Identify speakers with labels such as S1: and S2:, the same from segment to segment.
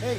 S1: Hey,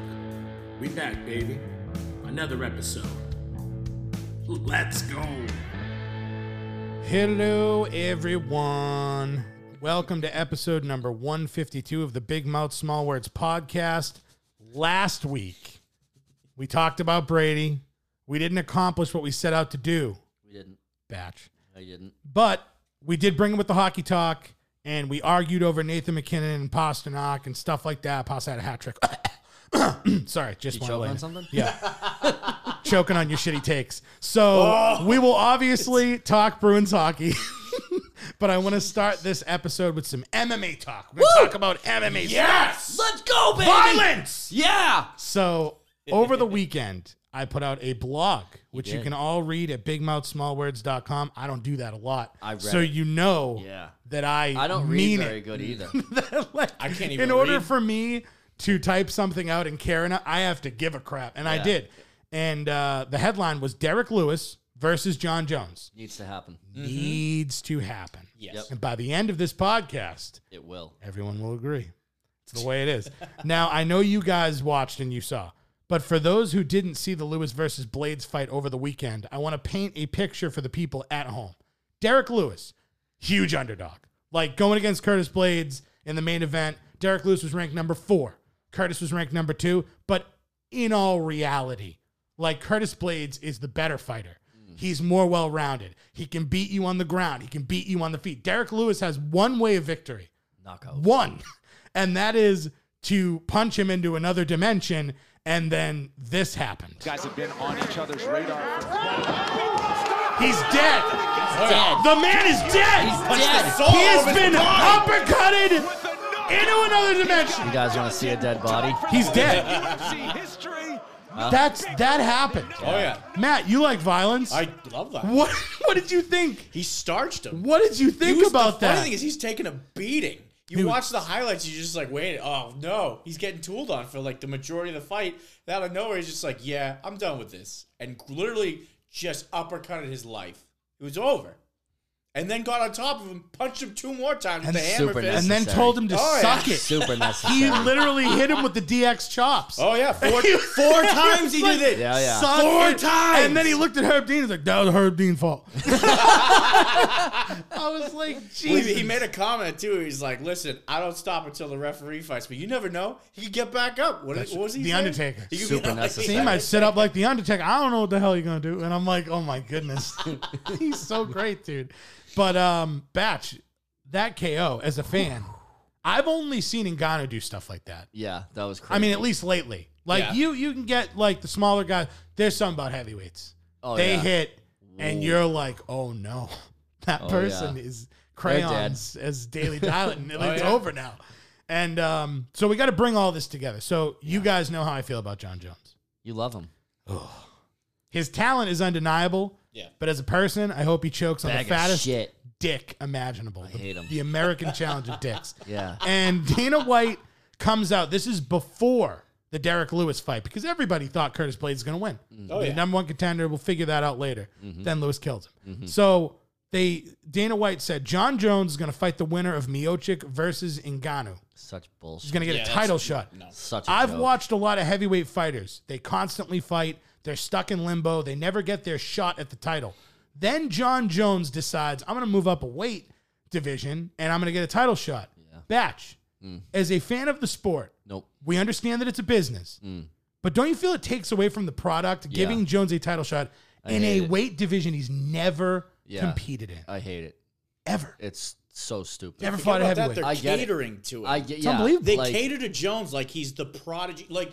S2: We back, baby. Another episode. Let's go.
S3: Hello, everyone. Welcome to episode number 152 of the Big Mouth Small Words podcast. Last week, we talked about Brady. We didn't accomplish what we set out to do,
S4: We didn't.
S3: batch.
S4: I didn't.
S3: But we did bring him with the hockey talk, and we argued over Nathan McKinnon and Pasternak and stuff like that. Pasternak had a hat trick. Sorry, just wanted to
S4: You choking
S3: let
S4: on
S3: you-
S4: something?
S3: Yeah. choking on your shitty takes. So
S4: Oh.
S3: we will obviously talk Bruins hockey. but I want to start this episode with some MMA talk. We're going to talk about MMA. Yes!
S4: Let's go, baby!
S3: Violence!
S4: Yeah!
S3: So over the weekend, I put out a blog, which you,
S4: did.
S3: can all read at bigmouthsmallwords.com. I don't do that a lot.
S4: I read
S3: so
S4: it.
S3: you know
S4: Yeah.
S3: that I
S4: I don't
S3: mean
S4: read very
S3: it.
S4: good either.
S3: Like,
S5: I can't e- even
S3: In order
S5: read.
S3: for me to type something out in Karen, I have to give a crap, and I
S4: Yeah.
S3: did. And uh, the headline was Derek Lewis versus John Jones
S4: Needs to happen.
S3: needs to happen.
S5: Yes.
S4: Yep.
S3: Mm-hmm. And by the end of this podcast,
S4: It will.
S3: everyone will agree. It's the way it is. now, I know you guys watched and you saw, but for those who didn't see the Lewis versus Blades fight over the weekend, I want to paint a picture for the people at home. Derek Lewis, huge underdog. Like going against Curtis Blades in the main event, Derek Lewis was ranked number four. Curtis was ranked number two. But in all reality, like Curtis Blades is the better fighter. He's more well rounded. He can beat you on the ground. He can beat you on the feet. Derek Lewis has one way of victory
S4: Knockout.
S3: one, and that is to punch him into another dimension, and then this happened.
S6: guys have been on each other's radar.
S3: He's dead.
S4: dead.
S3: The man is dead.
S4: He's dead.
S3: He has been uppercutted into another
S4: You
S3: dimension.
S4: guys want to see a dead body?
S3: He's dead.
S6: UFC history.
S3: That's that happened.
S5: Oh yeah,
S3: Matt, you like violence?
S5: I love that.
S3: What What did you think?
S5: He starched him.
S3: What did you
S5: He
S3: think
S5: was-
S3: about
S5: the
S3: that?
S5: Funny thing is, he's taking a beating. You
S3: Dude.
S5: watch the highlights, you're just like, wait, oh no, he's getting tooled on for like the majority of the fight. Then Out of nowhere, he's just like, yeah, I'm done with this, and literally just uppercutted his life. It was over, and then got on top of him, punched him two more times
S3: And
S5: with the hammer
S4: super
S5: fist.
S3: and then told him to
S5: Oh, yeah.
S3: suck it.
S4: Super necessary.
S3: He literally hit him with the DX chops.
S5: oh yeah, four, four times he did it.
S4: Yeah, yeah.
S3: Suck
S5: Four
S3: it.
S5: times.
S3: And then he looked at Herb Dean. He's like, that was Herb Dean's fault. I was like,
S5: Well,
S3: Jesus.
S5: He, he made a comment too. He's like, "Listen, I don't stop until the referee fights, but you never know. He could get back up. What, is, what was he?
S3: The
S5: saying?
S3: Undertaker.
S5: He could
S4: Super
S5: be like-
S4: necessary.
S3: See, he might sit up like the Undertaker. I don't know what the hell you're gonna do. And I'm like, oh my goodness, he's so great, dude. But um, Batch, that KO as a fan, I've only seen Ngannou do stuff like that.
S4: Yeah, that was crazy.
S3: I mean, at least lately. Like
S5: Yeah.
S3: you, you can get like the smaller guy. There's something about heavyweights.
S4: Oh,
S3: they
S4: yeah.
S3: hit, and you're like, oh no, that
S4: Oh,
S3: person
S4: yeah.
S3: is
S4: dead. Oh,
S3: crayons as daily diet, and it's
S5: yeah.
S3: over now. And um, so we got to bring all this together. So you guys know how I feel about John Jones.
S4: You love him.
S3: His talent is undeniable.
S5: Yeah.
S3: But as a person, I hope he chokes on
S4: Bag
S3: the
S4: of
S3: fattest
S4: shit.
S3: dick imaginable. the,
S4: hate him.
S3: the American challenge of dicks.
S4: Yeah.
S3: And Dana White comes out. This is before the Derek Lewis fight because everybody thought Curtis Blades is going to win.
S5: Oh,
S3: the
S5: yeah.
S3: number one contender. We'll figure that out later.
S5: Mm-hmm.
S3: Then Lewis kills him. So they Dana White said John Jones is going to fight the winner of Miocic versus Ngannou.
S4: Such
S3: He's
S4: bullshit.
S3: going to get
S5: Yeah,
S3: a
S5: that's-
S3: title shot.
S5: No.
S4: Such a
S3: I've
S4: joke.
S3: watched a lot of heavyweight fighters. They constantly fight. They're stuck in limbo. They never get their shot at the title. Then John Jones decides, I'm going to move up a weight division and I'm going to get a title shot. Batch,
S4: Mm.
S3: as a fan of the sport,
S4: Nope.
S3: we understand that it's a business,
S4: Mm.
S3: but don't you feel it takes away from the product giving Jones a title shot in a
S4: hate it.
S3: weight division he's never
S4: Yeah.
S3: competed in?
S4: I hate it.
S3: Ever.
S4: It's so stupid.
S3: Never
S5: Forget
S3: fought a
S5: about that,
S3: heavyweight.
S5: They're
S4: I get it.
S5: catering to it.
S4: I get.
S3: It's
S4: Yeah.
S3: unbelievable.
S5: they
S4: like,
S5: cater to Jones like he's the prodigy. Like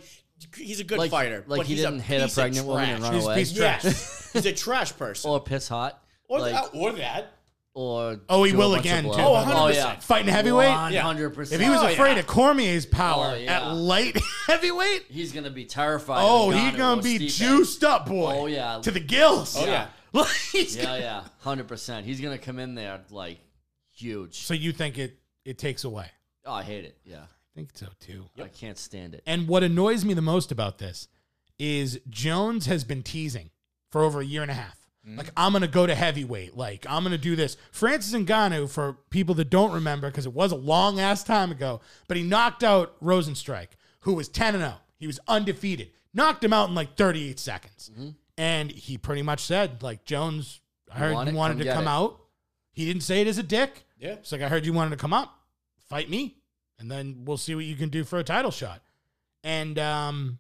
S5: he's a good
S4: Like-
S5: fighter.
S4: like
S5: but
S4: he
S5: he's
S4: didn't hit a
S5: piece of
S4: pregnant woman and
S5: trash.
S4: run
S3: He's a
S4: away.
S3: piece of trash.
S5: Yes, he's a trash person.
S4: Or piss hot.
S5: Or,
S4: like,
S5: that, or that.
S4: or
S3: Oh, he
S4: do a
S3: will
S4: bunch of
S3: again, too. Oh,
S4: blow.
S3: 100%. Fighting heavyweight?
S4: One
S5: Yeah.
S4: hundred percent.
S3: If he was
S5: Oh,
S3: afraid
S5: yeah.
S3: of Cormier's power
S4: Oh, yeah.
S3: at light heavyweight,
S4: he's gonna be terrified.
S3: oh,
S4: of
S3: he
S4: Ngannou
S3: gonna
S4: or
S3: be
S4: Stipe.
S3: juiced up, boy.
S4: Oh, yeah.
S3: to the gills.
S5: Oh, yeah.
S3: Like, he's
S4: Yeah,
S3: gonna-
S4: yeah, hundred percent. He's gonna come in there like huge.
S3: So you think it it takes away? I
S4: oh, I hate it. Yeah,
S3: think so too.
S4: I can't stand it.
S3: And what annoys me the most about this is Jones has been teasing for over a year and a half.
S4: Mm-hmm.
S3: Like I'm gonna go to heavyweight. Like I'm gonna do this. Francis Ngannou, for people that don't remember, because it was a long ass time ago, but he knocked out Rosenstrike, who was 10 and 0. He was undefeated. Knocked him out in like 38 seconds, and he pretty much said like Jones. I
S4: Mm-hmm. You
S3: heard
S4: want
S3: you
S4: it?
S3: wanted
S4: Come
S3: to
S4: get
S3: come
S4: it."
S3: out. He didn't say it as a dick.
S5: Yeah.
S3: It's like I heard you wanted to come up, fight me, and then we'll see what you can do for a title shot. And um,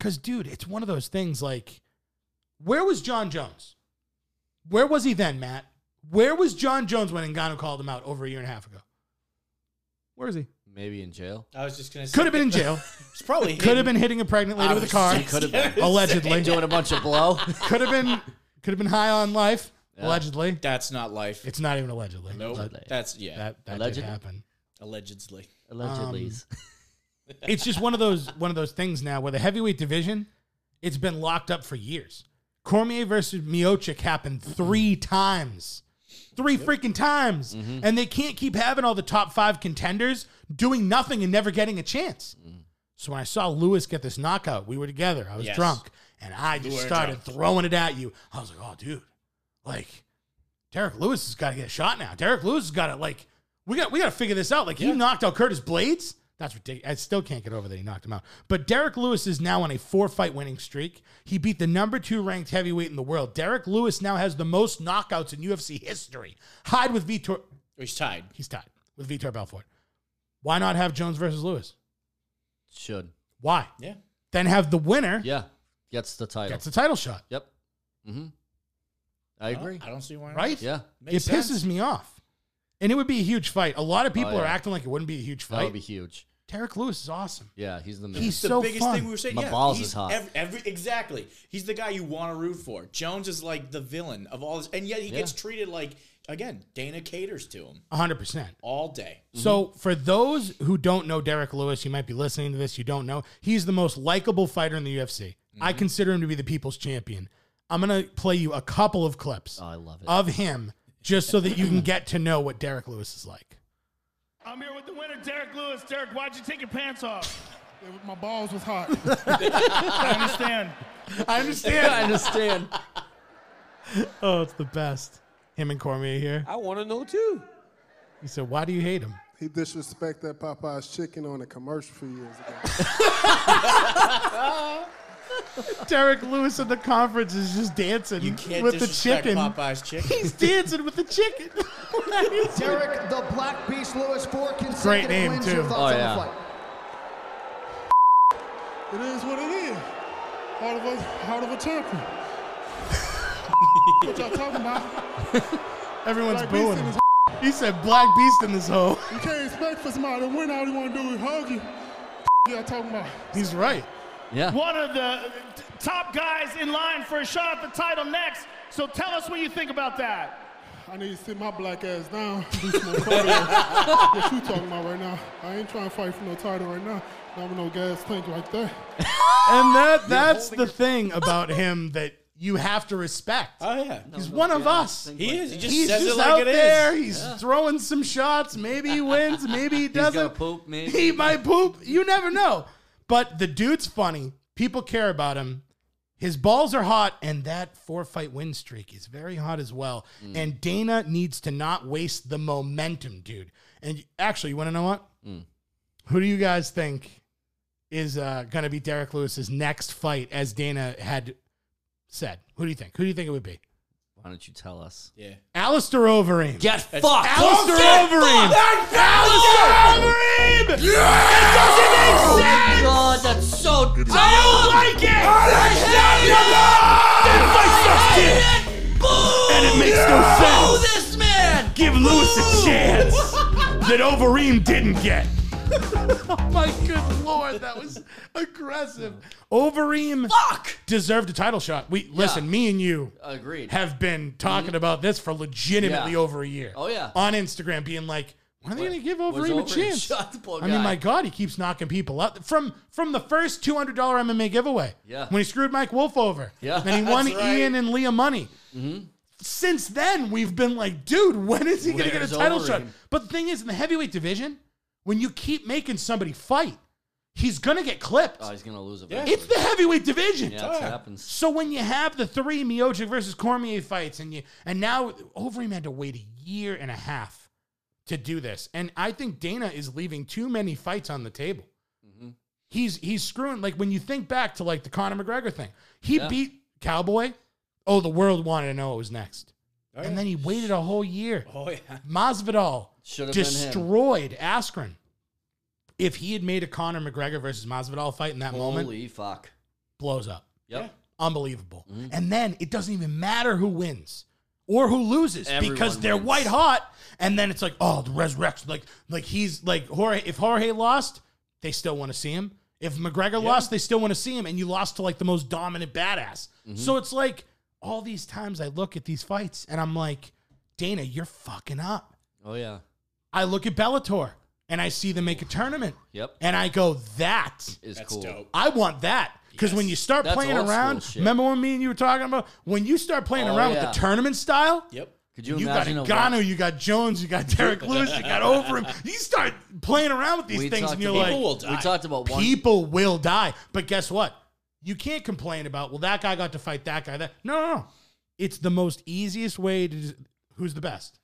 S3: cause dude, it's one of those things like, where was John Jones? Where was he then, Matt? Where was John Jones when Ngannou called him out over a year and a half ago? Where is he?
S4: Maybe in jail.
S5: I was just gonna say
S3: Could have been in jail.
S5: It's probably
S3: Could have
S5: hidden.
S3: been hitting a pregnant lady
S5: I
S3: with a
S5: was
S3: car.
S5: just
S4: Could have
S5: gonna
S4: been.
S3: allegedly.
S4: Doing a bunch of blow.
S3: Could have been. Could have been high on life.
S4: Yeah.
S3: Allegedly,
S5: That's not life.
S3: it's not even allegedly.
S5: nope.
S4: Allegedly.
S5: That's yeah.
S3: That that did
S4: Allegedly.
S3: happen.
S5: Allegedly.
S3: Um,
S4: Allegedly.
S3: it's just one of those one of those things now where the heavyweight division it's been locked up for years. Cormier versus Miocic happened three
S5: Mm-hmm.
S3: times. Three freaking times. And they can't keep having all the top five contenders doing nothing and never getting a chance. So when I saw Lewis get this knockout, we were together. I was
S5: Mm-hmm. Yes.
S3: drunk. And I just
S5: were
S3: started
S5: drunk.
S3: throwing it at you. I was like, oh, dude, like, Derek Lewis has got to get a shot now. Derek Lewis has got to, like, we got we got to figure this out. Like, he knocked out Curtis Blades. That's ridiculous. I still can't get over that he knocked him out. But Derek Lewis is now on a four fight winning streak. He beat the number two ranked heavyweight in the world. Derek Lewis now has the most knockouts in UFC history. Hyde with Vitor.
S5: He's tied.
S3: He's tied with Vitor Belfort. Why not have Jones versus Lewis?
S4: Should.
S3: Why?
S5: Yeah.
S3: Then have the winner
S4: Yeah. Gets the title.
S3: gets the title shot,
S4: yep. Mm-hmm. I
S5: I
S4: agree.
S5: don't- I don't see why. not.
S3: right?
S4: Yeah.
S3: it
S5: Makes sense.
S3: pisses me off. And it would be a huge fight. A lot of people
S4: yeah.
S3: are acting like it wouldn't be a huge
S4: That
S3: fight.
S4: would be huge.
S3: Derek Lewis is awesome.
S4: Yeah, he's the man.
S3: He's
S5: the
S3: so
S5: biggest
S3: fun.
S5: thing we were saying.
S4: My
S5: yeah,
S4: balls
S5: he's
S4: is hot.
S5: Every, every- exactly. He's the guy you want to root for. Jones is like the villain of all this, and yet he
S4: Yeah.
S5: gets treated like again. Dana caters to him
S3: 100%. percent
S5: all day.
S3: So, for those who don't know Derek Lewis, you might be listening to this, you don't know, he's the most likable fighter in the UFC. I consider him to be the people's champion. I'm going to play you a couple of clips
S4: Oh, I love it.
S3: of him just so that you can get to know what Derek Lewis is like.
S7: I'm here with the winner, Derek Lewis. Derek, why'd you take your pants off?
S8: My balls was hot.
S7: I understand.
S3: I
S4: I
S3: understand.
S4: understand.
S3: oh, it's the best. Him and Cormier here.
S9: I want to know too.
S3: He said, Why do you hate him?
S8: he disrespected that Popeye's chicken on a commercial a few years ago.
S3: Derek Lewis at the conference is just dancing
S5: You can't
S3: with the
S5: disrespect
S3: chicken.
S5: Popeye's chicken.
S3: He's dancing with the chicken.
S9: Derek the Black Beast Lewis four consecutive
S3: Great name,
S9: wins.
S3: too.
S9: Your thoughts
S4: Oh,
S9: on the
S4: yeah.
S9: fight?
S8: it is what it is. Heart of a heart of a turkey. what y'all talking about?
S3: Everyone's
S8: Black beast
S3: booing.
S8: in
S3: him.
S8: his-
S3: He said, Black Beast in this hole.
S8: You can't expect for somebody to win. All you want to do is hug you. y'all talking about?
S3: He's right.
S4: Yeah.
S7: One of the t- top guys in line for a shot at the title next. So tell us what you think about that.
S8: I need to sit my black ass down. Do some more cardio. what you talking about right now? I ain't trying to fight for no title right now. Not with no gas tank like that.
S3: And that that's the thing about him that you have to respect.
S5: Oh yeah,
S3: He's one of us.
S5: he is. He just
S3: He's
S5: says
S3: just
S5: it like
S3: out
S5: it is.
S3: there. He's throwing some shots. Maybe he wins. Maybe he
S4: He's
S3: doesn't.
S4: gonna poop, maybe.
S3: He might poop. You never know. But the dude's funny. People care about him. His balls are hot, and that four fight win streak is very hot as well.
S4: Mm.
S3: And Dana needs to not waste the momentum, dude. And you- actually, you want to know what?
S4: Mm.
S3: Who do you guys think is uh, going to be Derek Lewis's next fight, as Dana had said? Who do you think? Who do you think it would be?
S4: Why don't you tell us?
S5: Yeah.
S3: Alistair Overeem.
S4: Get fucked.
S3: Alistair Overeem. Alistair Overeem.
S4: Oh my god, that's so dumb.
S7: I like it.
S4: I hate it. Boo!
S3: And it makes no
S4: Boo
S3: sense.
S4: this man.
S3: Give Lewis a chance that Overeem didn't get. oh my good lord, that was aggressive. Overeem deserved a title shot. We listen, me and you
S4: Agreed.
S3: have been talking
S4: Mhm.
S3: about this for legitimately
S4: Yeah.
S3: over a year.
S4: Oh, yeah.
S3: On Instagram being like, when are they
S4: What-
S3: gonna give
S4: when's
S3: Overeem a
S4: Overeem?
S3: chance?
S4: Shut the poor
S3: I mean,
S4: guy.
S3: my God, he keeps knocking people out. From from the first two hundred dollar MMA giveaway.
S4: Yeah.
S3: When he screwed Mike Wolf over.
S4: Yeah.
S3: And he won
S4: That's right. Mm-hmm.
S3: Ian and Leah money. Since then, we've been like, dude, when is he going to get a
S4: Where's
S3: title shot?
S4: Overeem?
S3: But the thing is, in the heavyweight division, when you keep making somebody fight, he's going to get clipped.
S4: Oh, he's gonna lose it.
S3: It's the heavyweight division.
S4: Yeah, it happens.
S3: So when you have the three Miocic versus Cormier fights, and you and now Overeem had to wait a year and a half to do this, and I think Dana is leaving too many fights on the table.
S4: Mm-hmm.
S3: He's he's screwing. Like when you think back to like the Conor McGregor thing, he
S4: Yeah.
S3: beat Cowboy. Oh, the world wanted to know what was next,
S4: Oh,
S3: and then he waited a whole year.
S5: Oh yeah.
S3: Masvidal
S4: Should've been him.
S3: destroyed Askren. If he had made a Conor McGregor versus Masvidal fight in that moment,
S4: Holy fuck.
S3: blows up.
S4: Yep.
S3: Unbelievable.
S4: Mm-hmm.
S3: And then it doesn't even matter who wins or who loses
S4: Everyone
S3: because they're
S4: wins.
S3: white hot. And then it's like, oh, the resurrection. Like, like he's like Jorge. If Jorge lost, they still want to see him. If McGregor lost, they still want to see him. And you lost to like the most dominant badass.
S4: Mm-hmm.
S3: So it's like all these times I look at these fights and I'm like, Dana, you're fucking up.
S4: Oh yeah.
S3: I look at Bellator and I see them make a tournament.
S4: Yep.
S3: And I go, that
S4: Is cool.
S3: I want that. Because when you start
S4: That's
S3: playing
S4: old school
S3: around,
S4: shit.
S3: remember when me and you were talking about when you start playing
S4: Oh,
S3: around
S4: yeah.
S3: with the tournament style?
S5: Yep.
S4: Could you,
S3: you got
S4: imagine a wa-
S3: Ngannou, you got Jones, you got Derek Lewis, you got over him. You start playing around with these
S4: We
S3: things,
S4: talked
S3: and you're
S4: about-
S3: like,
S4: People will die. We talked about one-
S3: people will die. But guess what? You can't complain about well, that guy got to fight that guy. That no, no, no. It's the most easiest way to. Who's the best?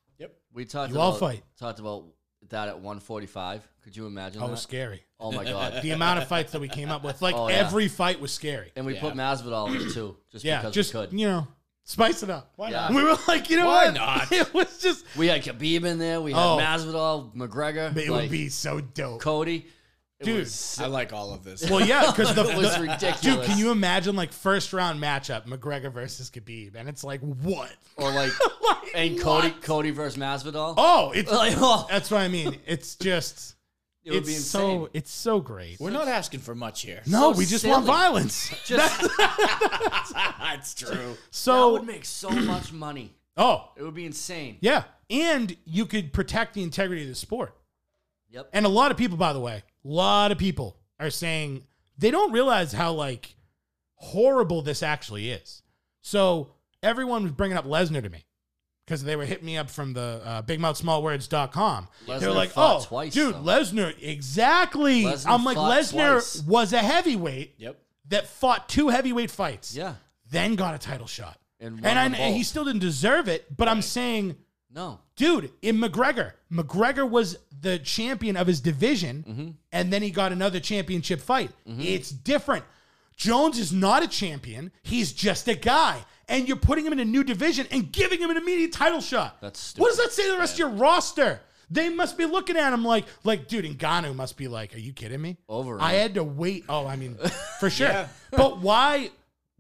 S4: We talked
S3: You all
S4: about
S3: fight.
S4: talked about that at 145. Could you imagine?
S3: Oh, it
S4: that?
S3: was scary.
S4: Oh my god.
S3: the amount of fights that we came up with, like
S4: Oh, yeah.
S3: every fight was scary.
S4: and we put Masvidal in too, just
S3: yeah,
S4: because
S3: just
S4: we could.
S3: you know, spice it up.
S4: Why not?
S3: We were like, you know
S4: Why
S3: what?
S4: not?
S3: It was just
S4: We had Khabib in there. We had
S3: Oh.
S4: Masvidal, McGregor.
S3: It
S4: like,
S3: would be so dope.
S4: Cody. It
S3: Dude.
S4: was-
S5: I like all of this.
S3: Well, yeah, because the,
S4: It was
S3: the-
S4: ridiculous.
S3: Dude, can you imagine like first round matchup McGregor versus Khabib, and it's like what?
S4: or like, and Cody, Cody versus Masvidal.
S3: Oh, it's
S4: Like, oh.
S3: that's what I mean. It's just
S4: It would
S3: it's
S4: be insane.
S3: so it's so great.
S5: We're not asking for much here.
S3: no,
S4: so
S3: we just
S4: silly.
S3: want violence.
S4: just
S5: That's true.
S4: that
S3: So
S4: would make so much money.
S3: oh
S4: It would be insane.
S3: yeah, and you could protect the integrity of the sport.
S4: Yep.
S3: And a lot of people, by the way, a lot of people are saying they don't realize how like horrible this actually is. So everyone was bringing up Lesnar to me because they were hitting me up from the uh, bigmouthsmallwords.com. they were
S4: Lesnar
S3: like,
S4: fought
S3: oh,
S4: twice,
S3: dude,
S4: though."
S3: Lesnar, exactly.
S4: Lesnar
S3: I'm like,
S4: fought
S3: Lesnar
S4: twice.
S3: was a heavyweight
S5: Yep.
S3: that fought two heavyweight fights,
S4: Yeah.
S3: then got a title shot.
S4: And
S3: And,
S4: won
S3: I,
S4: them
S3: and he
S4: both.
S3: still didn't deserve it, but I'm saying
S4: No.
S3: dude, in McGregor, McGregor was the champion of his division,
S4: Mm-hmm.
S3: and then he got another championship fight. It's different. Jones is not a champion; he's just a guy, and you're putting him in a new division and giving him an immediate title shot.
S4: That's stupid,
S3: what does that say to the rest of your roster? They must be looking at him like, like, dude, Ngannou must be like, are you kidding me?
S4: Over
S3: I
S4: him.
S3: had to wait. Oh, I mean, for sure. But why?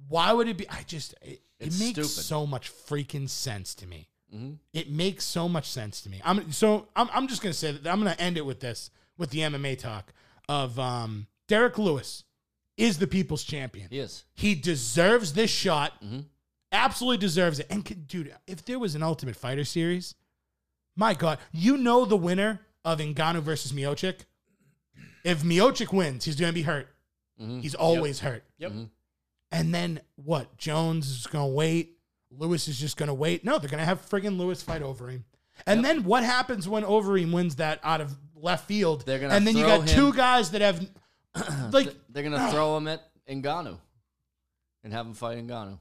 S3: Why would it be? I just it, it
S4: It's
S3: makes
S4: stupid.
S3: so much freaking sense to me. It makes so much sense to me. I'm so I'm, I'm just gonna say that I'm gonna end it with this with the MMA talk of um, Derek Lewis is the people's champion.
S4: He is.
S3: He deserves this shot. Absolutely deserves it. And could, dude, if there was an Ultimate Fighter series, my God, you know the winner of Ngannou versus Miocic. If Miocic wins, he's gonna be hurt. He's always hurt.
S5: Yep.
S4: Mm-hmm.
S3: And then what? Jones is going to wait. Lewis is just going to wait. No, they're going to have friggin' Lewis fight Overeem. And then what happens when Overeem wins that out of left field?
S4: They're gonna
S3: and then you
S4: throw
S3: got
S4: him-
S3: two guys that have like
S4: Th- They're gonna throw him at Ngannou and have him fight Ngannou.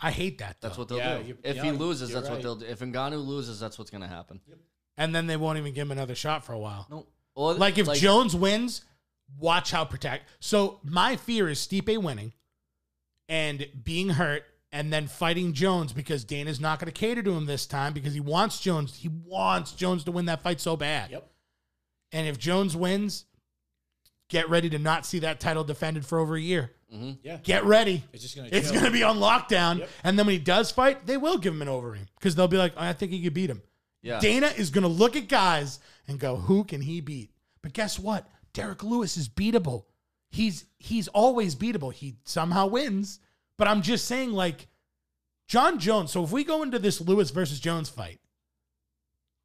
S3: I hate that though.
S4: That's what they'll
S5: Yeah,
S4: do.
S5: you-
S4: If
S5: yeah,
S4: he loses,
S5: you're
S4: that's
S5: right.
S4: what they'll do. If Ngannou loses, that's what's gonna happen.
S3: and then they won't even give him another shot for a while.
S4: No. Or,
S3: Like if Jones wins, watch how protect. So my fear is Stipe winning and being hurt and then fighting Jones because Dana's not going to cater to him this time because he wants Jones. He wants Jones to win that fight so bad.
S5: Yep.
S3: And if Jones wins, get ready to not see that title defended for over a year.
S5: Yeah.
S3: Get ready.
S5: It's just gonna
S3: It's
S5: kill.
S3: going to be on lockdown.
S5: Yep.
S3: And then when he does fight, they will give him an Overeem because they'll be like, I think he could beat him.
S4: yeah.
S3: Dana is going to look at guys and go, who can he beat? But guess what? Derek Lewis is beatable. He's he's always beatable. He somehow wins. But I'm just saying, like, John Jones. So if we go into this Lewis versus Jones fight,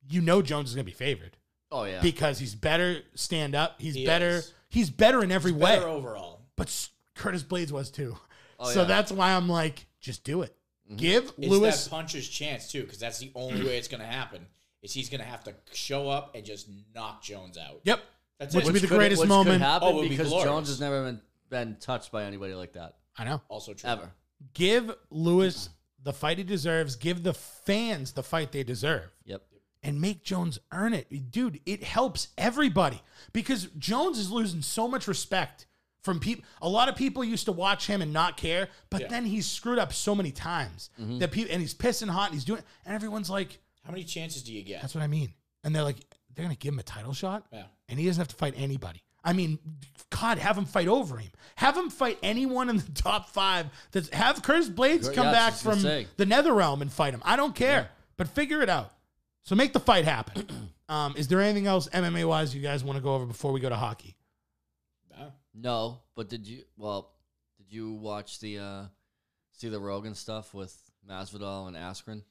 S3: you know Jones is gonna be favored.
S4: Oh, yeah.
S3: Because he's better stand up. He's
S4: He
S3: better.
S4: is.
S3: He's better in every
S4: He's
S3: way.
S4: better overall.
S3: But s- Curtis Blades was too.
S5: Oh,
S3: so
S5: yeah.
S3: that's why I'm like, just do it.
S4: Mm-hmm.
S3: Give
S5: It's
S3: Lewis
S5: that puncher's chance too, because that's the only way it's going to happen. Is he's going to have to show up and just knock Jones out?
S3: Yep.
S5: that's
S3: Which
S5: it.
S3: would be the Which greatest
S4: Which
S3: moment.
S4: could happen
S3: Oh, it would be
S4: because
S3: glorious.
S4: Jones has never been, been touched by anybody like that.
S3: I know.
S5: Also true.
S4: Ever.
S3: give Lewis the fight he deserves, give the fans the fight they deserve.
S4: Yep.
S3: And make Jones earn it. Dude, it helps everybody because Jones is losing so much respect from people. A lot of people used to watch him and not care, but then he's screwed up so many times
S4: Mm-hmm.
S3: that people and he's pissing hot and he's doing and everyone's like,
S5: How many chances do you get?
S3: that's what I mean. And they're like, they're gonna give him a title shot.
S5: Yeah.
S3: And he doesn't have to fight anybody. I mean, God, have him fight over him. Have him fight anyone in the top five. That's have Curtis Blades
S4: Yeah,
S3: come
S4: I was
S3: back
S4: just gonna
S3: from
S4: say.
S3: the nether realm and fight him. I don't care, but figure it out. So make the fight happen. um, is there anything else MMA wise you guys want to go over before we go to hockey?
S4: No, but did you? Well, did you watch the uh see the Rogan stuff with Masvidal and Askren?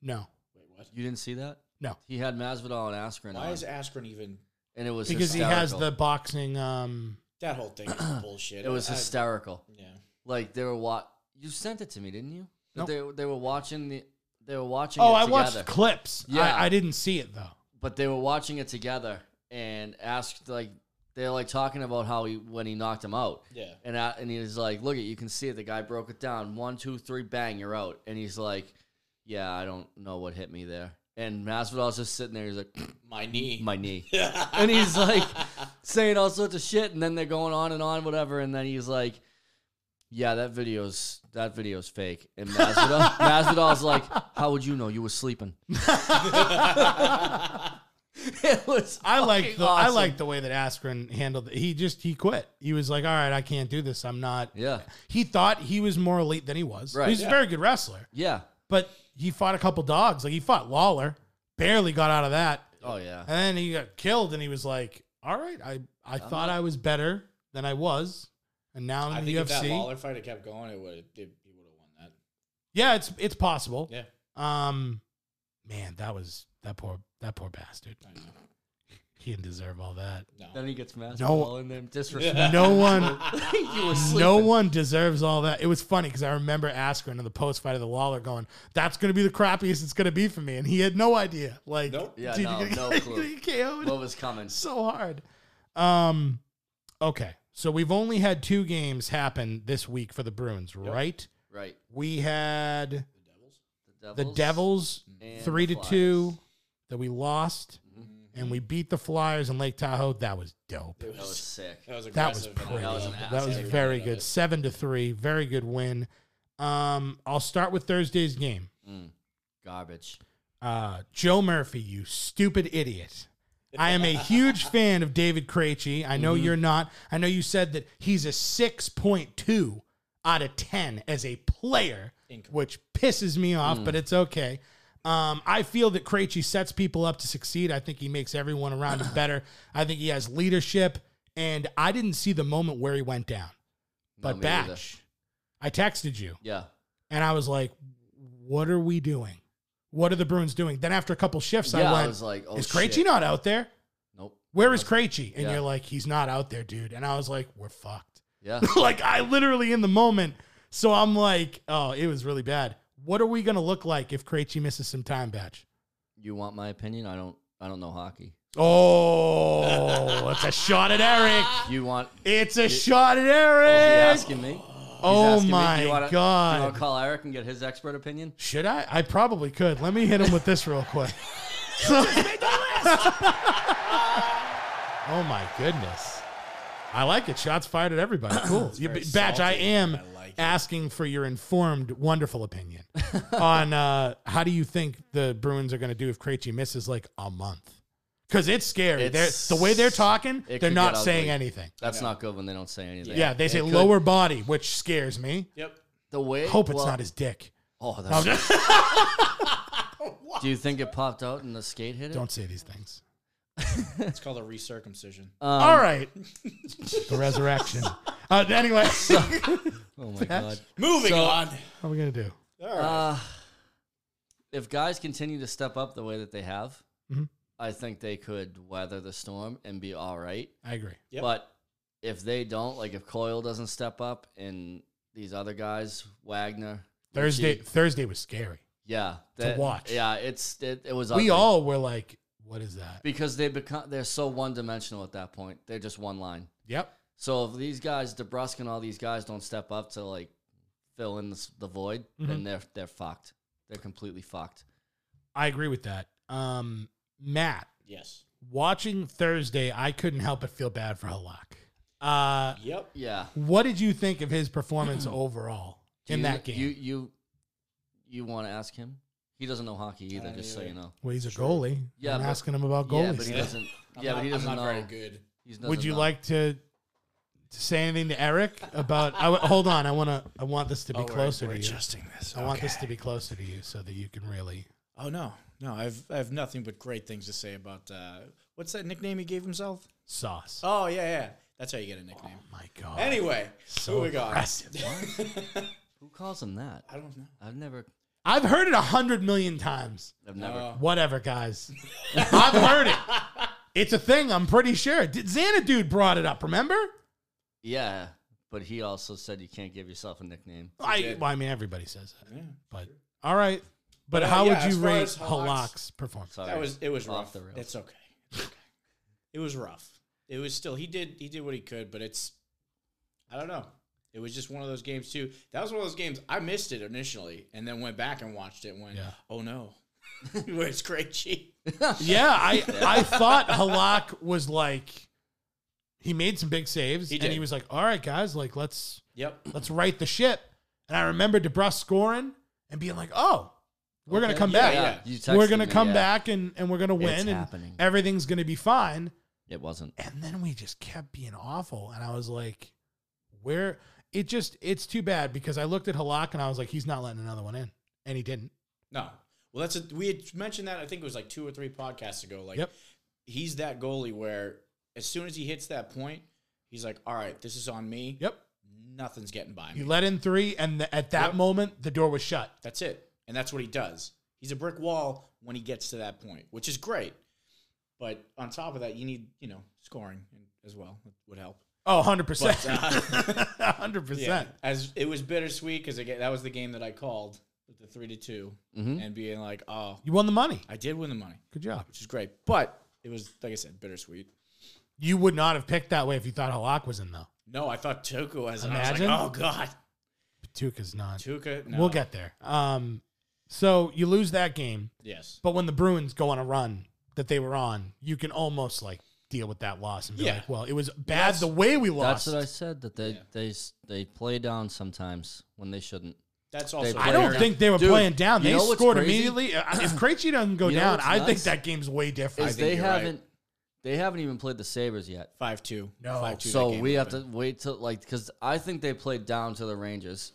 S3: No.
S5: Wait, what?
S4: You didn't see that?
S3: No.
S4: He had Masvidal and Askren.
S5: Why
S4: on,
S5: is Askren even?
S4: and it was
S3: because he has
S4: hysterical.
S3: the boxing. Um,
S5: That whole thing is bullshit.
S4: It was
S5: I-
S4: hysterical.
S5: Yeah.
S4: Like they were what you sent it to me, didn't you? That They they were watching the they were watching.
S3: oh,
S4: it
S3: I
S4: together.
S3: watched clips.
S4: Yeah.
S3: I, I didn't see it though.
S4: but they were watching it together and asked like they're like talking about how he when he knocked him out.
S5: Yeah.
S4: And I, and he was like, look at you can see it. The guy broke it down. One, two, three, bang, you're out. And he's like, yeah, I don't know what hit me there. And Masvidal's just sitting there. He's like,
S5: my knee,
S4: my knee. and he's like saying all sorts of shit. And then they're going on and on, whatever. And then he's like. Yeah, that video's that video's fake. And Masvidal, Masvidal's like, "How would you know? You were sleeping." it was.
S3: I like
S4: fucking
S3: the I
S4: awesome.
S3: like the way that Askren handled it. He just he quit. He was like, "All right, I can't do this. I'm not."
S4: Yeah.
S3: He thought he was more elite than he was.
S4: Right.
S3: He's
S4: Yeah.
S3: a very good wrestler,
S4: Yeah.
S3: but he fought a couple dogs. Like he fought Lawler, barely got out of that,
S4: Oh yeah.
S3: and then he got killed. And he was like, "All right, I I thought I was better than I was, and now I'm
S5: I
S3: in
S5: think
S3: the
S5: if that
S3: UFC."
S5: Lawler fight had kept going, it would it, he would have won that.
S3: yeah, it's it's possible.
S5: Yeah.
S3: Um, man, that was that poor that poor bastard. He didn't deserve all that.
S4: Then he gets Masvidal
S3: No.
S4: and then disrespect.
S3: No one.
S4: you were sleeping.
S3: No one deserves all that. It was funny because I remember Askren in the post fight of the Lawler going, "That's going to be the crappiest it's going to be for me," and he had no idea. Like,
S5: Nope.
S4: Yeah,
S3: dude,
S4: no,
S3: you're
S4: no
S3: gonna-
S4: clue.
S3: KO'd.
S4: What was coming?
S3: so hard. Um, okay, so we've only had two games happen this week for the Bruins, right?
S4: Right.
S3: We had
S4: The
S3: the Devils
S4: and
S3: three
S4: the
S3: to two that we lost,
S4: Mm-hmm.
S3: and we beat the Flyers in Lake Tahoe. That was dope.
S4: That was sick.
S5: That was
S3: That was
S5: aggressive. and I
S3: pretty. That
S5: love
S3: was,
S4: an
S5: it.
S4: absolute
S3: very good. Seven to three. Very good win. Um, I'll start with Thursday's game.
S4: Mm. Garbage.
S3: Uh, Joe Murphy, you stupid idiot. I am a huge fan of David Krejci. I know you're not. I know you said that he's a 6.2 out of 10 as a player, which pisses me off, but it's okay. Um, I feel that Krejci sets people up to succeed. I think he makes everyone around him better. I think he has leadership, and I didn't see the moment where he went down. But
S4: me neither.
S3: Batch, I texted you.
S4: Yeah.
S3: And I was like, what are we doing? What are the Bruins doing? Then after a couple shifts,
S4: Yeah,
S3: I
S4: I
S3: went,
S4: was like, oh,
S3: is Krejci
S4: shit.
S3: not out there?
S4: Nope.
S3: Where is Krejci? And
S4: Yeah.
S3: you're like, he's not out there, dude. And I was like, we're fucked.
S4: Yeah.
S3: like, I literally in the moment. So I'm like, oh, it was really bad. What are we going to look like if Krejci misses some time, Batch?
S4: You want my opinion? I don't. I don't know hockey.
S3: Oh, it's a shot at Eric.
S4: You want?
S3: It's a shot at
S4: He's
S3: Eric.
S4: asking me. Oh, He's
S3: Oh
S4: asking me.
S3: my
S4: you wanna,
S3: God.
S4: You want to call Eric and get his expert opinion?
S3: Should I? I probably could. Let me hit him with this real quick. oh my goodness. I like it. Shots fired at everybody. Cool. You,
S5: very
S3: Batch, I
S5: salty.
S3: am
S5: I like it.
S3: asking for your informed, wonderful opinion on uh, how do you think the Bruins are going to do if Krejci misses like a month? Because it's scary. They're,
S4: It's-
S3: the way they're talking,
S4: It
S3: they're
S4: could
S3: not
S4: get
S3: saying
S4: ugly.
S3: anything.
S4: That's not good when they don't say anything.
S3: Yeah, they say
S4: It could-
S3: lower body, which scares me.
S5: Yep.
S4: The way.
S3: Hope it's
S4: well-
S3: not his dick.
S4: Oh,
S3: I'm
S4: that's.
S3: just-
S4: Do you think it popped out and the skate hit it?
S3: Don't say these things.
S5: It's called a recircumcision.
S4: Uh,
S3: All right. Um, the resurrection. Uh, anyway.
S4: Oh my
S3: That's-
S4: god.
S5: Moving
S4: So,
S5: on.
S3: What are we going to do?
S4: Uh, if guys continue to step up the way that they have,
S3: Mhm.
S4: I think they could weather the storm and be all right.
S3: I agree.
S5: Yep.
S4: But if they don't, like if Coyle doesn't step up and these other guys, Wagner,
S3: Thursday
S4: Richie,
S3: Thursday was scary.
S4: yeah,
S3: to watch.
S4: Yeah, it's it, it was
S3: We
S4: ugly.
S3: all were like, what is that?
S4: because they become they're so one dimensional at that point. They're just one line.
S3: Yep.
S4: So if these guys, DeBrusque and all these guys, don't step up to like fill in this, the void,
S3: Mm-hmm.
S4: then they're they're fucked. They're completely fucked.
S3: I agree with that. Um, Matt,
S5: Yes.
S3: watching Thursday, I couldn't help but feel bad for Halak. Uh,
S5: Yep.
S4: Yeah.
S3: what did you think of his performance overall
S4: Do
S3: in
S4: you-
S3: that game?
S4: you you you want to ask him? He doesn't know hockey either. just so you know.
S3: well, he's a goalie.
S4: Yeah,
S3: I'm
S4: but-
S3: asking him about
S4: Yeah,
S3: goalies.
S4: but he doesn't.
S5: I'm
S4: Yeah,
S5: not,
S4: but he doesn't
S5: I'm not
S4: know.
S5: very good.
S4: He doesn't
S3: Would you
S4: know.
S3: like to, to say anything to Eric about? I w- hold on. I want to. I want this to be
S5: Oh, we're-
S3: closer
S5: we're
S3: to you.
S5: adjusting this.
S3: I want this
S5: Okay.
S3: to be closer to you so that you can really.
S5: Oh no, no, I've I have nothing but great things to say about uh, what's that nickname he gave himself?
S3: Sauce. Oh
S5: Oh yeah, yeah, that's how you get a nickname.
S3: my god.
S5: anyway,
S3: so
S5: moving on.
S3: impressive.
S4: Who calls him that?
S5: I don't know.
S4: I've never.
S3: I've heard it a hundred million times.
S4: I've never.
S5: Oh.
S3: Whatever, guys. I've heard it. It's a thing. I'm pretty sure. Did Xana dude brought it up? Remember?
S4: Yeah, but he also said you can't give yourself a nickname.
S3: I.
S5: did.
S3: Well, I mean, everybody says that. But all right. But
S5: But, uh,
S3: how
S5: yeah,
S3: would
S5: as
S3: you
S5: far
S3: rate
S5: as Halak's-
S3: Halak's performance?
S4: Sorry.
S5: That was it was rough.
S4: Off the rails.
S5: It's okay. It's okay. it was rough. It was still he did he did what he could, but it's I don't know. It was just one of those games too. That was one of those games I missed it initially and then went back and watched it and went,
S3: Yeah.
S5: oh no. Where's Krejci?
S3: Yeah, I I thought Halak was like he made some big saves
S5: He
S3: and he
S5: did.
S3: was like, "All right, guys, like let's
S5: Yep.
S3: let's right the ship." And I remember DeBrus scoring and being like, "Oh, we're gonna
S4: Okay,
S3: come
S5: yeah,
S3: back.
S5: yeah.
S4: You
S3: We're
S4: texted
S3: gonna
S4: me,
S3: come
S4: yeah.
S3: back and and we're gonna win and
S4: happening.
S3: everything's gonna be fine."
S4: It wasn't.
S3: And then we just kept being awful, and I was like, "Where?" It just it's too bad because I looked at Halak and I was like, "He's not letting another one in," and he didn't.
S5: No. Well that's a, we had mentioned that I think it was like two or three podcasts ago. Like
S3: Yep.
S5: he's that goalie where as soon as he hits that point, he's like, All right, this is on me.
S3: Yep.
S5: Nothing's getting by me.
S3: He let in three, and th- at that
S5: Yep.
S3: moment, the door was shut.
S5: That's it. And that's what he does. He's a brick wall when he gets to that point, which is great. But on top of that, you need, you know, scoring as well It would help.
S3: Oh, 100%.
S5: But, uh,
S3: 100%.
S5: yeah, as it was bittersweet because that was the game that I called with the 3 to 2
S3: Mm-hmm.
S5: and being like, "Oh,
S3: You won the money.
S5: I did win the money."
S3: Good job.
S5: Which is great. But it was like I said, bittersweet.
S3: You would not have picked that way if you thought Halak was in, though.
S5: No, I thought Tuka was and
S3: Imagine.
S5: I was like, "Oh god.
S3: Patuka's not.
S5: Tuka." No.
S3: We'll get there. Um, so you lose that game,
S5: Yes.
S3: but when the Bruins go on a run that they were on, you can almost like deal with that loss and be
S5: Yeah.
S3: like, well, it was bad the way we
S4: That's
S3: lost.
S4: what I said. That they they s- they play down sometimes when they shouldn't.
S5: That's also
S3: I
S4: played
S3: don't
S4: down.
S3: think they were
S4: Dude,
S3: playing down.
S4: you
S3: They
S4: know what's
S3: scored
S4: crazy?
S3: immediately. Uh, If Krejci doesn't go
S4: You know
S3: down,
S4: what's
S3: I think
S4: nuts?
S3: that game's way different.
S4: Is they
S5: you're right.
S4: haven't they haven't even played the Sabers yet.
S5: 5-2.
S3: No.
S5: 5-2
S4: So we have to wait till like because I think they played down to the Rangers.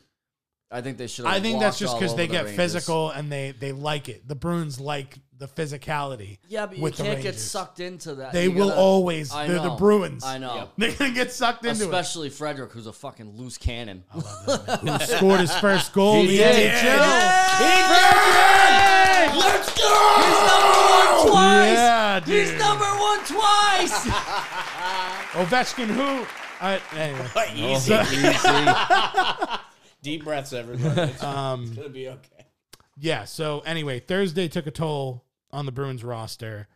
S4: I think they should.
S3: I think that's just
S4: because
S3: because they get physical and they they like it. The Bruins like the physicality.
S4: Yeah, but you
S3: with the
S4: can't get
S3: Rangers.
S4: sucked into that.
S3: They
S4: You
S3: will
S4: gotta-
S3: always.
S4: I
S3: They're the
S4: know.
S3: Bruins.
S4: I know,
S3: They're gonna get sucked into
S4: especially Frederick, who's a fucking loose cannon.
S3: it. Who scored his first goal? in the
S4: did.
S3: NHL?
S4: Yeah.
S3: He did.
S4: Let's go! He's number one twice.
S3: Yeah, dude.
S4: He's number one twice.
S3: Ovechkin, who? I, anyway,
S5: easy. Deep breaths everybody. It's,
S3: Um,
S5: it's going to be okay.
S3: yeah. So anyway, Thursday took a toll on the Bruins roster.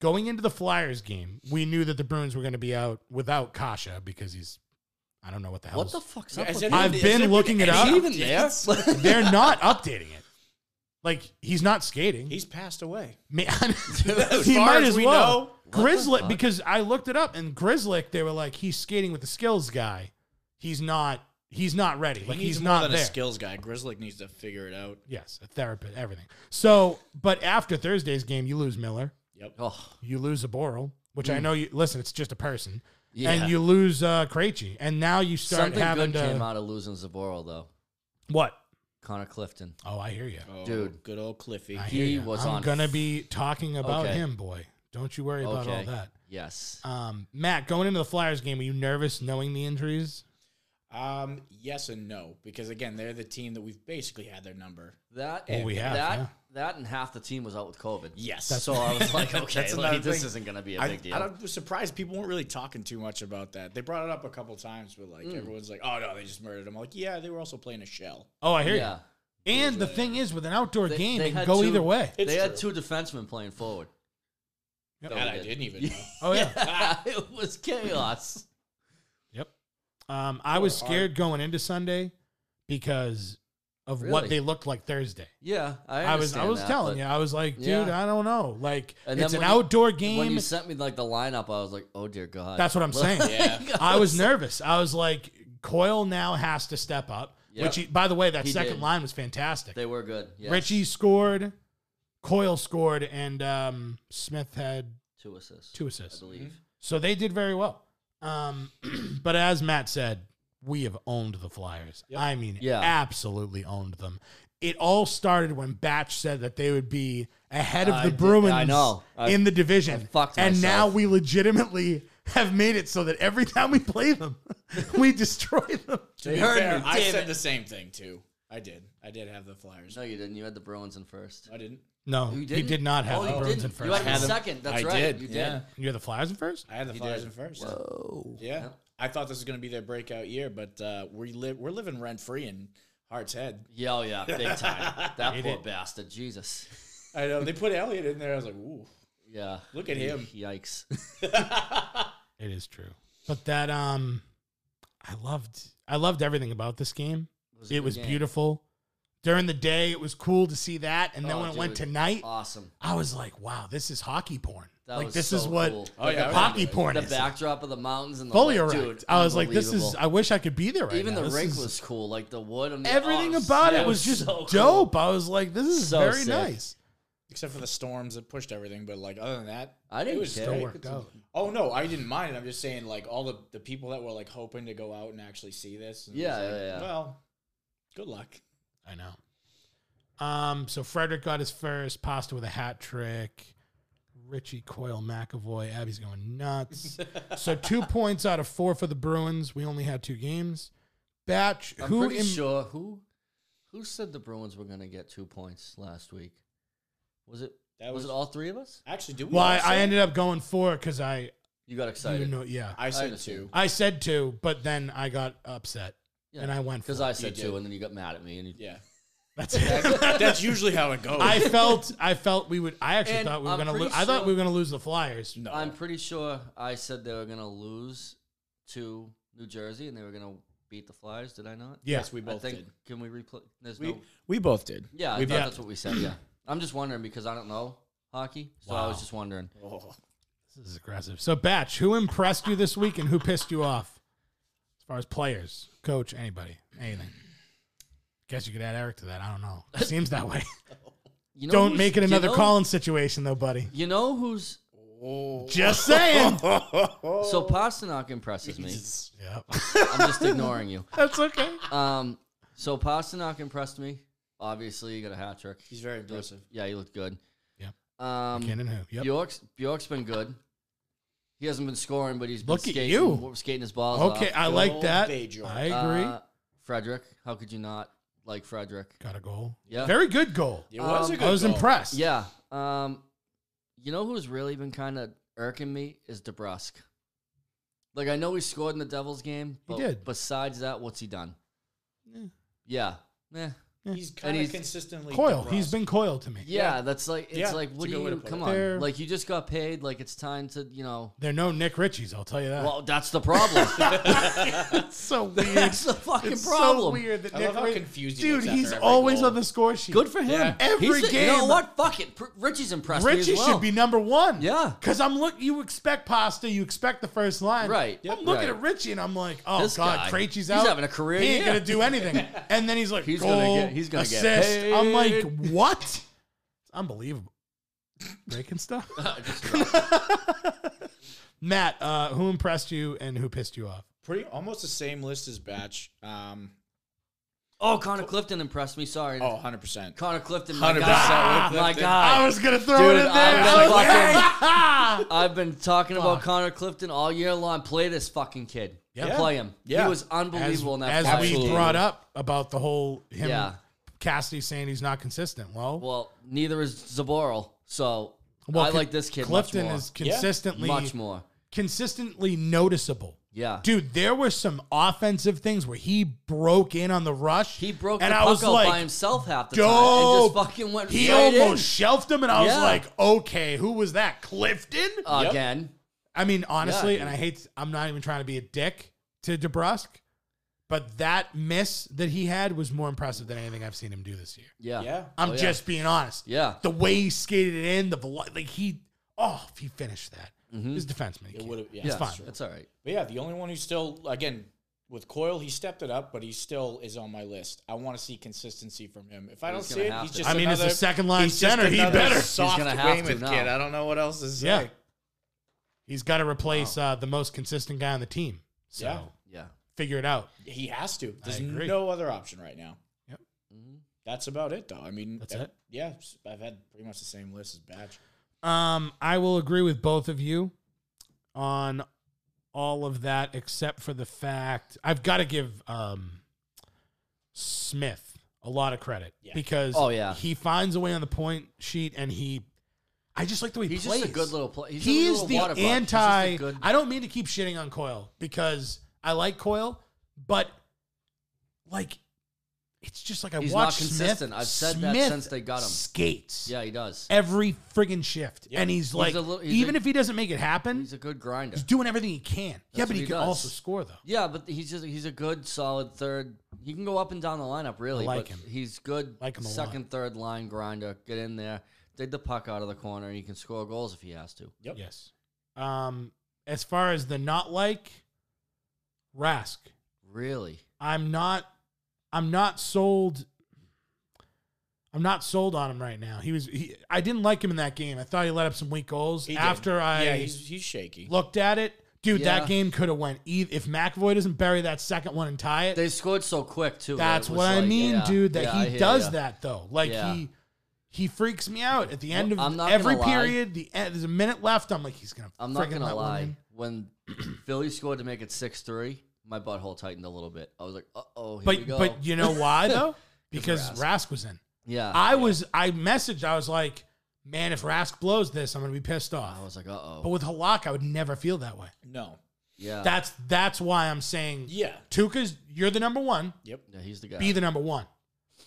S3: Going into the Flyers game, we knew that the Bruins were going to be out without Kasha because he's, I don't know what the hell.
S4: what
S3: is-
S4: the fuck's up?
S5: Is
S4: with
S5: it-
S4: that?
S3: I've
S5: is
S3: been
S5: there
S3: looking it
S5: any
S3: up.
S4: Even there?
S5: updates?
S3: They're not updating it. Like he's not skating.
S5: He's passed away.
S3: Man,
S5: As
S3: he
S5: far
S3: might
S5: as
S3: as
S5: we
S3: well.
S4: know. What the
S3: Grizzly,
S4: fuck?
S3: because I looked it up, and Grizzly, they were like, he's skating with the skills guy. He's not. He's not ready.
S5: He
S3: like
S5: needs
S3: he's
S5: more
S3: not
S5: than
S3: there.
S5: a skills guy. Grizzly needs to figure it out.
S3: Yes, a therapist, everything. So, but after Thursday's game, you lose Miller,
S5: Yep.
S4: Oh,
S3: you lose Aboral, which I know you listen. It's just a person,
S4: Mm. Yeah.
S3: and you lose uh, Krejci, and now you start
S4: something
S3: having
S4: good
S3: to
S4: came out of losing Zaboro though.
S3: what?
S4: Connor Clifton.
S3: Oh, I hear you.
S5: Oh,
S4: Dude.
S5: Good old Cliffy.
S3: I
S4: he
S3: hear you.
S4: was
S3: I'm
S4: on
S3: gonna
S4: f-
S3: be talking about
S4: Okay.
S3: him, boy. Don't you worry about all
S4: Okay.
S3: that.
S4: Yes.
S3: Um, Matt, going into the Flyers game, were you nervous knowing the injuries?
S5: Um, yes and no, because again, they're the team that we've basically had their number.
S4: That
S3: Well, we have,
S4: that
S3: yeah.
S4: that and half the team was out with COVID.
S5: Yes.
S4: so I was like, okay,
S5: That's
S4: like,
S5: another
S4: this
S5: thing.
S4: isn't going to be a
S5: I-
S4: big deal.
S5: I, was surprised people weren't really talking too much about that. They brought it up a couple times, but like
S4: Mm.
S5: everyone's like, "Oh no, they just murdered him." I'm like, yeah, they were also playing a shell.
S3: Oh, I hear
S4: Yeah.
S3: you. And the thing is, with an outdoor
S4: They-
S3: game,
S4: they
S3: it can
S4: had
S3: go
S4: two-
S3: either way.
S4: They
S5: It's
S4: had two defensemen playing forward.
S3: Yep.
S4: That
S5: That
S4: we
S5: I
S4: did.
S5: didn't even know.
S3: Oh yeah.
S4: it was chaos.
S3: Yep. Um, I was scared going into Sunday because of what
S4: Really?
S3: they looked like Thursday.
S4: Yeah, I,
S3: I, was I
S4: understand
S3: was
S4: that,
S3: telling
S4: but-
S3: you, I was like, dude,
S4: Yeah.
S3: I don't know. Like
S4: And
S3: it's
S4: then
S3: an
S4: when you-
S3: outdoor
S4: When
S3: game.
S4: you sent me like the lineup, I was like, oh dear God.
S3: That's what I'm saying.
S5: Yeah.
S3: I was nervous. I was like, Coyle now has to step up.
S4: Yep.
S3: Which, he, by the way, that
S4: He
S3: second
S4: did.
S3: line was fantastic.
S4: They were good. Yes.
S3: Richie scored, Coyle scored, and um, Smith had
S4: two assists.
S3: two assists.
S4: I believe.
S5: Mm-hmm.
S3: So they did very well. Um, but as Matt said, we have owned the Flyers. I mean,
S4: Yeah.
S3: absolutely owned them. It all started when Batch said that they would be ahead of
S4: I
S3: the
S4: did-
S3: Bruins
S4: I know. I-
S3: in the division.
S4: I fucked
S3: and now
S4: myself.
S3: we legitimately have made it so that every time we play them, we destroy them.
S5: To be
S4: heard
S5: fair,
S4: me,
S5: I
S4: damn
S5: said
S4: it.
S5: the same thing too. I did. I did have the Flyers.
S4: No, you didn't. You had the Bruins in first.
S5: I didn't.
S3: No,
S4: You
S3: he
S4: didn't?
S3: did not have
S4: Oh,
S3: the
S4: you
S3: Bruins
S4: didn't.
S3: in first.
S4: You had
S3: You
S4: the
S5: had them.
S4: second. That's
S5: I
S4: right.
S5: did,
S4: You did.
S5: yeah.
S3: are the Flyers in first?
S5: I had the
S4: You
S5: Flyers
S4: did.
S5: in first.
S4: Whoa.
S5: Yeah. I thought this was going to be their breakout year, but uh, we live we're living rent free in Hart's Head.
S4: Yeah, oh, yeah, big time. That poor
S3: did.
S4: bastard. Jesus.
S5: I know they put Elliot in there. I was like, ooh,
S4: Yeah.
S5: Look at him.
S4: Yikes.
S3: It is true. But that um I loved I loved everything about this game. It was,
S4: a good game.
S3: beautiful. During the day, it was cool to see that. And then
S4: Oh,
S3: when it went to
S4: dude.
S3: night,
S4: Awesome.
S3: I was like, wow, this is hockey porn.
S4: That
S3: like
S4: was
S3: this is
S4: so
S3: what
S4: cool.
S5: Oh, yeah, I was
S3: hockey
S5: into it.
S3: porn
S4: The
S3: is.
S4: backdrop of the mountains and the
S3: Fully
S4: lake,
S3: erect.
S4: dude,
S3: I was like, this is
S4: unbelievable.
S3: I wish I could be there right
S4: Even
S3: now.
S4: the
S3: This
S4: rink
S3: is-
S4: was cool, like the wood. I mean,
S3: everything
S4: oh,
S3: about
S4: yeah,
S3: it was just
S4: so cool.
S3: dope. I was like, this is
S4: So
S3: very
S4: sick.
S3: nice.
S5: except for the storms that pushed everything. But like other than that,
S4: I
S5: it
S4: didn't
S5: was
S4: care.
S5: great.
S3: It worked out.
S5: Oh no, I didn't mind it. I'm just saying, like all the, the people that were like hoping to go out and actually see this. and it was
S4: Yeah,
S5: like,
S4: yeah, yeah.
S5: Well, good luck.
S3: I know. Um, so Frederick got his first pasta with a hat trick. Richie Coyle McAvoy, Abby's going nuts. so two points out of four for the Bruins. We only had two games. Batch,
S4: I'm
S3: who
S4: pretty
S3: in,
S4: sure who who said the Bruins were going to get two points last week. Was it?
S5: That
S4: was,
S5: was-
S4: it all three of us?
S5: Actually, do we?
S3: Why
S5: all
S3: I
S5: say-
S3: ended up going four because I
S4: You got
S3: you
S4: excited.
S3: know yeah
S5: I said
S4: understand.
S5: two.
S3: I said two, but then I got upset
S4: Yeah.
S3: and I went
S4: because
S3: for it.
S4: I said
S5: did.
S4: two, and then you got mad at me, and you,
S5: Yeah,
S3: That's it.
S5: that's usually how it goes.
S3: I felt I felt we would. I actually
S4: And
S3: thought we were
S4: I'm
S3: gonna
S4: pretty
S3: lose. I thought
S4: sure-
S3: we were gonna lose the Flyers.
S5: no,
S4: I'm pretty sure I said they were going to lose to New Jersey, and they were going to beat the Flyers. Did I not?
S3: Yeah.
S5: yes, we
S4: I
S5: both
S4: think.
S5: did.
S4: Can we replay? There's
S5: We
S4: no.
S5: we both did.
S4: Yeah, I
S5: we
S4: thought
S5: both
S4: that's what we said. Yeah, I'm just wondering because I don't know hockey, so I was just wondering.
S5: Oh,
S3: This is aggressive. So, Batch, who impressed you this week and who pissed you off? As far as players, coach, anybody, anything. Guess you could add Eric to that. I don't know. Seems that way.
S4: You know
S3: Don't
S4: who's-
S3: make it
S4: you
S3: another
S4: know-
S3: Collins situation, though, buddy.
S4: You know who's
S3: Just saying.
S4: so Pasternak impresses me.
S3: yep.
S4: I'm just ignoring you.
S3: That's okay.
S4: Um, so Pasternak impressed me. Obviously, he got a hat trick.
S5: He's very impressive.
S4: Yeah, he looked good.
S3: Yep.
S4: Um,
S3: McKinnon who? Yep.
S4: Bjork's Bjork's been good. He hasn't been scoring, but he's been
S3: Look at
S4: skating,
S3: you.
S4: skating his balls
S3: Okay,
S4: off.
S3: I like
S5: Go
S3: that.
S5: Bajor.
S3: I agree.
S4: Uh, Frederick, how could you not like Frederick?
S3: Got a goal.
S4: yeah.
S3: Very good goal.
S5: It was
S4: Um,
S5: a good
S3: I was
S5: goal.
S3: impressed.
S4: Yeah. Um, you know who's really been kind of irking me is DeBrusque. Like I know he scored in the Devils game, but
S3: did.
S4: besides that, what's he done? Yeah. Yeah.
S5: He's kind of
S4: he's-
S5: consistently
S3: Coil. He's
S5: depressed.
S3: been coiled to me.
S4: Yeah, that's like it's
S5: Yeah,
S4: like
S5: it's a
S4: what do
S5: good way to
S4: you
S5: put
S4: come
S5: it.
S4: on?
S3: They're-
S4: Like you just got paid, like it's time to, you know
S3: They're no Nick Richies, I'll tell you that.
S4: Well, that's the problem.
S3: it's so weird.
S4: that's the fucking
S3: It's so
S4: problem.
S3: weird that
S5: I
S3: Nick
S5: love how
S3: Ritchie-
S5: confused he
S3: Dude,
S5: looks after
S3: he's
S5: every
S3: always
S5: goal.
S3: on the score sheet.
S4: Good for him.
S5: Yeah.
S3: Every
S4: He's- You know
S3: game.
S4: what? Fuck it. Pr- Richie's impressed. me as
S3: Richie
S4: well.
S3: should be number one.
S4: Yeah.
S3: Because I'm look. You expect pasta. You expect the first line.
S4: Right. Yep.
S3: I'm looking
S4: Right.
S3: at Richie and I'm like, oh
S4: This
S3: god,
S4: guy,
S3: Krejci's
S4: he's
S3: out.
S4: having a career
S3: He ain't
S4: year.
S3: gonna do anything. And then he's like,
S4: He's
S3: goal,
S4: gonna get- he's gonna get
S3: assist. I'm like,
S4: paid.
S3: what? It's unbelievable. Breaking stuff. Matt, uh, who impressed you and who pissed you off?
S5: pretty almost the same list as Batch. Um,
S4: Oh, Connor Clifton impressed me. Sorry.
S5: Oh, 100%.
S4: Connor Clifton, my
S5: 100%
S4: guy.
S5: with
S4: My
S5: Clifton.
S4: guy.
S5: I was gonna throw
S4: Dude,
S5: it in there.
S3: Oh,
S4: I've been,
S5: I
S4: fucking- I've been talking about Connor Clifton all year long. Play this fucking kid.
S3: Yeah.
S4: Play him.
S3: Yeah.
S4: He was unbelievable in
S3: as
S4: that
S3: we
S4: fight.
S3: brought up about the whole him
S4: Yeah.
S3: Cassidy saying he's not consistent. Well,
S4: well, neither is Zaboral. So I
S3: Con-
S4: like this kid.
S3: Clifton
S4: much more.
S3: is consistently
S4: much more.
S3: consistently noticeable.
S4: Yeah.
S3: dude, there were some offensive things where he broke in on the rush. He
S4: broke the puck out by himself half the time and
S3: Dope.
S4: just fucking went.
S3: He
S4: right in.
S3: almost shelved him, and I
S4: Yeah.
S3: was like, okay, who was that? Clifton
S4: Yep. Again.
S3: I mean, honestly,
S4: Yeah,
S3: and I
S4: dude.
S3: hate. I'm not even trying to be a dick to DeBrusque, but that miss that he had was more impressive than anything I've seen him do this year.
S4: Yeah. Yeah.
S3: I'm
S4: Oh, yeah.
S3: just being honest.
S4: Yeah.
S3: the way he skated it in, the velo- like he. Oh, if he finished that, his defenseman. he
S5: Mm-hmm. It
S3: can't.
S5: would have. Yeah,
S3: He's
S5: that's
S3: fine.
S5: true.
S4: That's all right.
S5: But yeah, the only one who still, again, with Coyle, he stepped it up, but he still is on my list. I want to see consistency from him. If
S4: He's
S5: I
S4: gonna
S5: don't see it,
S4: have
S5: he's
S4: to.
S5: just.
S3: I mean, as a
S5: another-
S3: second-line
S5: he's just
S3: center, he
S5: another
S3: better. He's
S5: Soft
S4: gonna have
S5: Weymouth
S4: to now.
S5: kid. I don't know what else to say.
S3: Yeah. He's got to replace uh, the most consistent guy on the team. So
S5: Yeah.
S4: Yeah.
S3: figure it out.
S5: He has to. There's
S3: agree.
S5: no other option right now.
S3: Yep.
S4: Mm-hmm.
S5: That's about it, though. I mean,
S3: That's
S5: ev-
S3: it?
S5: Yeah, s- I've had pretty much the same list as Batch.
S3: Um, I will agree with both of you on all of that, except for the fact I've got to give um, Smith a lot of credit because
S4: Oh, yeah.
S3: he finds a way on the point sheet and he. I just like the way he
S4: He's just
S3: plays.
S4: a good little play- he's a
S3: he is
S4: little
S3: the
S4: water bug. He's just a
S3: anti.
S4: good-
S3: I don't mean to keep shitting on Coil because I like Coil, but like it's just like I
S4: He's not
S3: watch
S4: consistent.
S3: Smith.
S4: I've said that
S3: Smith
S4: since they got him.
S3: Skates
S4: Yeah, he does.
S3: every friggin' shift.
S5: Yeah.
S3: And he's,
S4: He's
S3: like,
S4: a little- he's
S3: even
S4: a-
S3: if he doesn't make it happen,
S4: He's
S3: he's,
S4: a good grinder.
S3: doing everything he can. yeah,
S4: That's
S3: but
S4: what
S3: he,
S4: he
S3: can
S4: does.
S3: also score, though.
S4: Yeah, but he's just he's a good solid third. He can go up and down the lineup really.
S3: like
S4: but
S3: him.
S4: He's good
S3: Like him a lot.
S4: second third line grinder. Get in there, dig the puck out of the corner, and he can score goals if he has to.
S5: Yep.
S3: Yes. Um, as far as the not like, Rask,
S4: Really?
S3: I'm not, I'm not sold. I'm not sold on him right now. He was, he, I didn't like him in that game. I thought he let up some weak goals.
S5: He did.
S3: After I
S5: yeah, he's, he's shaky.
S3: looked at it, dude,
S4: Yeah.
S3: that game could have went. eith- If McAvoy doesn't bury that second one and tie it,
S4: They scored so quick too. that
S3: That's
S4: it was
S3: what I
S4: like-
S3: mean,
S4: yeah,
S3: dude. That
S4: yeah, I
S3: he
S4: hear
S3: does
S4: ya.
S3: that though. Like
S4: Yeah.
S3: he he freaks me out at the end
S4: Well, I'm
S3: of
S4: not
S3: every
S4: gonna lie.
S3: period. The end, there's a minute left. I'm like, he's gonna.
S4: I'm not
S3: friggin'
S4: gonna
S3: let one
S4: lie.
S3: in.
S4: When Philly scored to make it six three, my butthole tightened a little bit. I was like, uh oh, here we
S3: But
S4: go.
S3: but you know why though? because Rask. was in.
S4: yeah, I,
S3: I was I messaged. I was like, man, if Rask blows this, I'm gonna be pissed off.
S4: was like, uh
S3: but
S4: oh,
S3: with Halak, I would never feel that way.
S5: No.
S4: yeah,
S3: That's that's why I'm saying,
S5: Yeah.
S3: Tuca's you're the number one.
S5: Yep.
S4: yeah, he's the guy.
S3: Be the number one.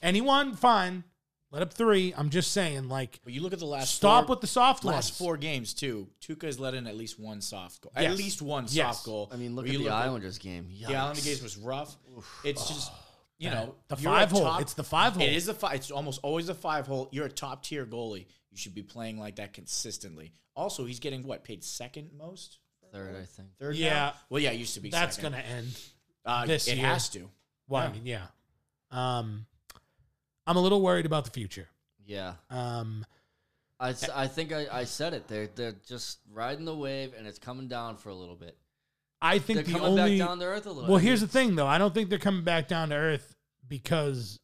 S3: Anyone, fine. Let up three. I'm just saying, like,
S5: But you look at the last.
S3: stop
S5: four,
S3: with the soft
S5: last
S3: ones.
S5: four games too. Tuca has let in at least one soft goal. At
S3: Yes.
S5: least one
S3: Yes.
S5: soft goal.
S4: I mean, look
S5: Where
S4: at
S5: you
S4: the Islanders game. Yikes.
S5: The Islander game was rough. It's just you know
S3: The
S5: you're
S3: five
S5: a
S3: hole.
S5: top-
S3: It's the five hole.
S5: It is the five. It's almost always the five hole. You're a top tier goalie. You should be playing like that consistently. Also, he's getting what paid second most.
S4: third, I think.
S5: Third
S3: Yeah.
S5: now? Well, yeah, it used to be.
S3: Uh, That's
S5: going
S3: gonna end.
S5: uh,
S3: this
S5: It
S3: year.
S5: has to.
S3: Well, I mean, yeah. Um, I'm a little worried about the future.
S4: Yeah,
S3: Um,
S4: I, s- I think I, I said it. They're they're just riding the wave and it's coming down for a little bit.
S3: I think
S4: They're
S3: the
S4: coming back
S3: only
S4: down to earth a little.
S3: well,
S4: I mean,
S3: here's the thing though. I don't think they're coming back down to earth because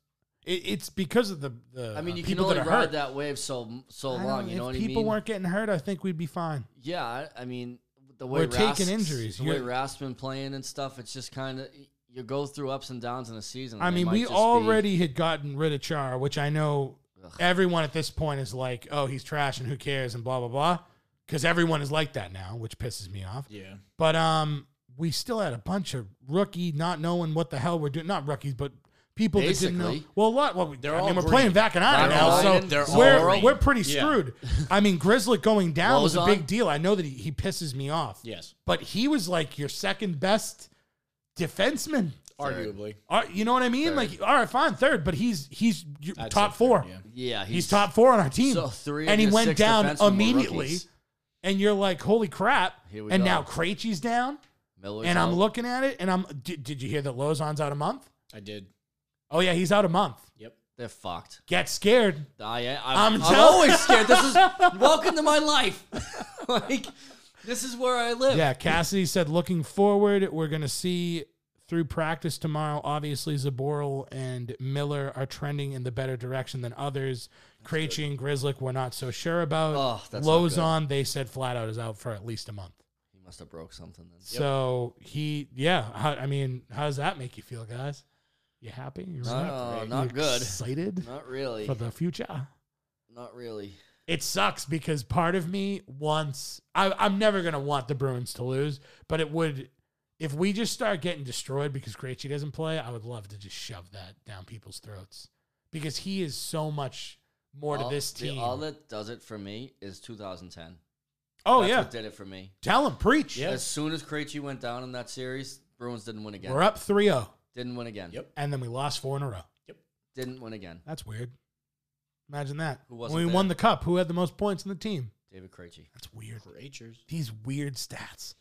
S3: it, it's because of the. the
S4: I mean,
S3: uh,
S4: you can
S3: people
S4: only
S3: that are
S4: ride
S3: hurt.
S4: that wave so so
S3: I don't-
S4: long. You
S3: if
S4: know what I mean?
S3: people weren't getting hurt, I think we'd be fine.
S4: Yeah, I, I mean the way
S3: We're taking
S4: Rask's-
S3: injuries.
S4: the way
S3: You're-
S4: Rask's been playing and stuff. It's just kind of you go through ups and downs in a season.
S3: I
S4: and they
S3: mean,
S4: might
S3: we
S4: just be-
S3: already had gotten rid of Char, which I know everyone at this point is like, "Oh, he's trash, and who cares?" and blah blah blah, because everyone is like that now, which pisses me off.
S5: Yeah.
S3: But um, we still had a bunch of rookie not knowing what the hell we're doing. Not rookies, but people that didn't know.
S4: Basically.
S3: Well, a lot. Well, we,
S5: They're
S3: I
S5: all
S3: mean, we're
S5: green.
S3: playing back and I
S4: They're all
S3: now,
S4: green.
S3: so
S4: They're all
S3: we're
S4: green.
S3: we're pretty
S5: Yeah.
S3: screwed. I mean, Grizzly going down was a
S4: Lozon?
S3: big deal. I know that he, he pisses me off.
S5: Yes.
S3: But he was like your second best defenseman.
S5: Arguably.
S3: Are- you know what I mean?
S4: Third.
S3: Like, all right, fine, third, but he's he's your
S5: I'd
S3: top
S5: say
S3: four.
S5: third, yeah.
S4: Yeah,
S3: He's, top four on our team.
S4: So three of
S3: and he
S4: your
S3: went
S4: six
S3: down
S4: defensemen were
S3: immediately.
S4: rookies.
S3: And you're like, holy crap.
S4: Here we
S3: and
S4: go.
S3: now Krejci's down.
S4: Miller's
S3: and I'm
S4: out.
S3: looking at it. And I'm, did, did you hear that Lozon's out a month?
S5: I did.
S3: Oh, yeah, he's out a month.
S5: Yep.
S4: They're fucked.
S3: Get scared.
S4: I, I,
S3: I'm
S4: I'm, I'm
S3: tell-
S4: always scared. This is welcome to my life. like this is where I live.
S3: Yeah, Cassidy said, looking forward, we're going to see Through practice tomorrow, obviously Zaboral and Miller are trending in the better direction than others. Krejci and Grizzlick we're not so sure about.
S4: Oh, that's not
S3: Lowe's
S4: good.
S3: on, they said flat out is out for at least a month.
S4: He must have broke something then.
S3: So he, yeah, how, I mean, how does that make you feel, guys? You happy? You're
S4: No, no, not good.
S3: Excited?
S4: Not really.
S3: For the future.
S4: Not really.
S3: It sucks because part of me wants. I, I'm never gonna want the Bruins to lose, but it would. If we just start getting destroyed because Krejci doesn't play, I would love to just shove that down people's throats because he is so much more
S4: All-
S3: to this
S4: the-
S3: team.
S4: all that does it for me is 2010.
S3: oh
S4: That's
S3: yeah,
S4: what did it for me.
S3: tell him preach.
S4: As soon as Krejci went down in that series, Bruins didn't win again.
S3: We're up 3-0,
S4: Didn't win again.
S5: Yep.
S3: and then we lost four in a row.
S4: Didn't win again.
S3: That's weird. Imagine that.
S4: Who
S3: when
S4: wasn't
S3: we won
S4: there?
S3: the cup, who had the most points in the team?
S4: David Krejci.
S3: That's weird.
S5: Creatures.
S3: These weird stats.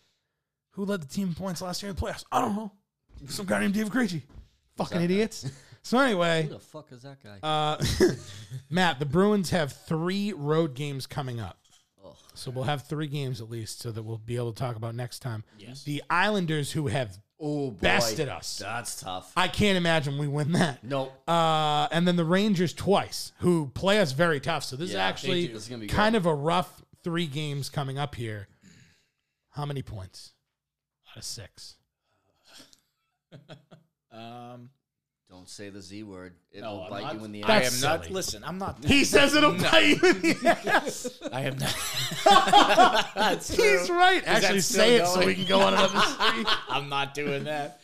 S3: Who led the team in points last year in the playoffs? I don't know. Some guy named David Krejci. Fucking
S4: that?
S3: idiots. So
S4: Who
S3: anyway,
S4: the fuck is that guy?
S3: uh, Matt, the Bruins have three road games coming up.
S4: Ugh.
S3: So we'll have three games at least, so that we'll be able to talk about next time. Yes. The Islanders, who have,
S4: oh, boy.
S3: bested us.
S4: That's tough.
S3: I can't imagine we win that.
S4: nope.
S3: Uh, and then the Rangers twice, who play us very tough. So this is
S4: Yeah, they
S3: actually
S4: do. This is gonna be good.
S3: kind of a rough three games coming up here. How many points? Out of six.
S5: Um,
S4: Don't say the Z word. It
S5: no,
S4: will
S5: I'm
S4: bite
S5: not-
S4: you in the ass.
S5: I am
S3: That's
S5: not.
S3: silly.
S5: Listen, I'm not.
S3: He says it'll bite you in the ass.
S5: I am not. That's
S3: He's
S5: true.
S3: right.
S5: that
S3: Actually,
S5: still
S3: say it so
S5: going?
S3: we can go on another streak.
S5: I'm not doing that.